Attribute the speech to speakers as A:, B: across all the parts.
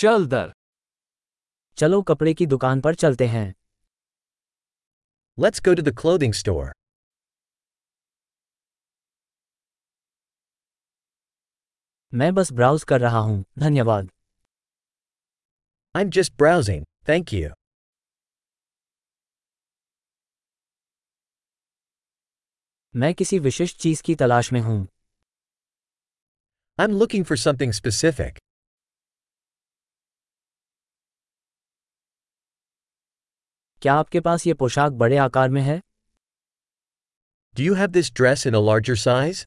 A: चल दर
B: चलो कपड़े की दुकान पर चलते हैं
C: Let's go to the clothing store.
B: मैं बस ब्राउज कर रहा हूँ धन्यवाद
C: I'm just browsing, thank you.
B: मैं किसी विशिष्ट चीज की तलाश में हूँ
C: I'm looking for something specific.
B: क्या आपके पास ये पोशाक बड़े आकार में है
C: Do you have this dress in a larger size?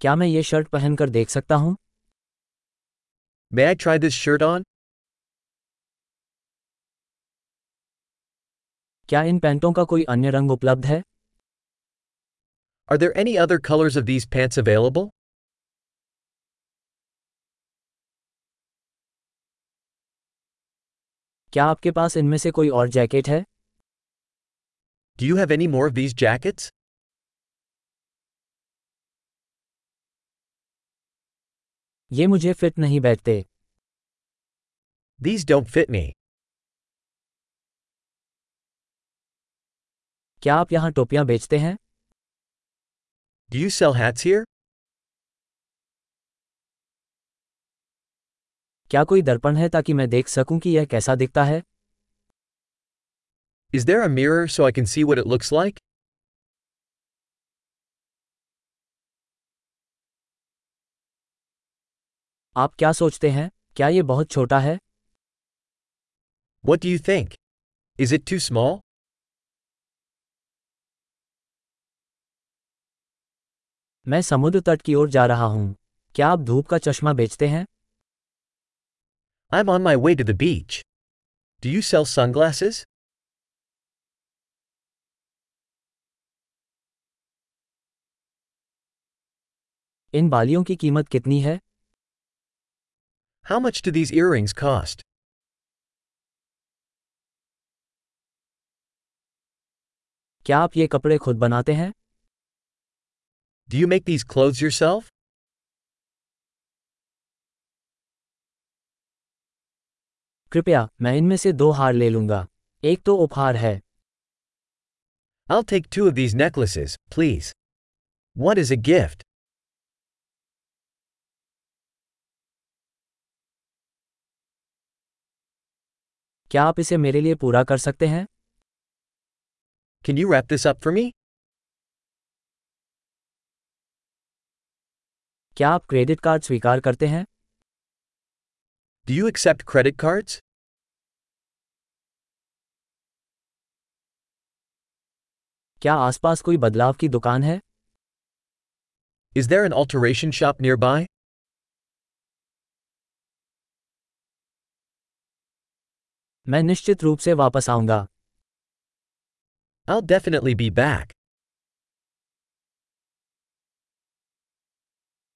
B: क्या मैं ये शर्ट पहनकर देख सकता हूँ
C: May I try this shirt on?
B: क्या इन पैंटों का कोई अन्य रंग उपलब्ध है
C: Are there any other colors of these pants available?
B: क्या आपके पास इनमें से कोई और जैकेट है
C: Do you have any more of these jackets?
B: ये मुझे फिट नहीं बैठते
C: These don't fit me.
B: क्या आप यहाँ टोपियाँ बेचते हैं
C: Do you sell hats here?
B: क्या कोई दर्पण है ताकि मैं देख सकूं कि यह कैसा दिखता है
C: Is there a mirror so I can see what it looks like?
B: आप क्या सोचते हैं क्या ये बहुत छोटा है
C: What do you think? Is it too small?
B: मैं समुद्र तट की ओर जा रहा हूँ क्या आप धूप का चश्मा बेचते हैं
C: I'm on my way to the beach. Do you sell sunglasses?
B: इन बालियों की कीमत कितनी है
C: How much do these earrings cost?
B: क्या आप ये कपड़े खुद बनाते हैं
C: Do you make these clothes yourself?
B: कृपया मैं इनमें से दो हार ले लूंगा एक तो उपहार है
C: I'll take two of these necklaces, please. What is a gift?
B: क्या आप इसे मेरे लिए पूरा कर सकते हैं
C: Can you wrap this up for me?
B: क्या आप क्रेडिट कार्ड स्वीकार करते हैं
C: Do you accept credit cards?
B: क्या आसपास कोई बदलाव की दुकान है
C: Is there an alteration shop nearby?
B: मैं निश्चित रूप से वापस आऊंगा
C: I'll definitely be back.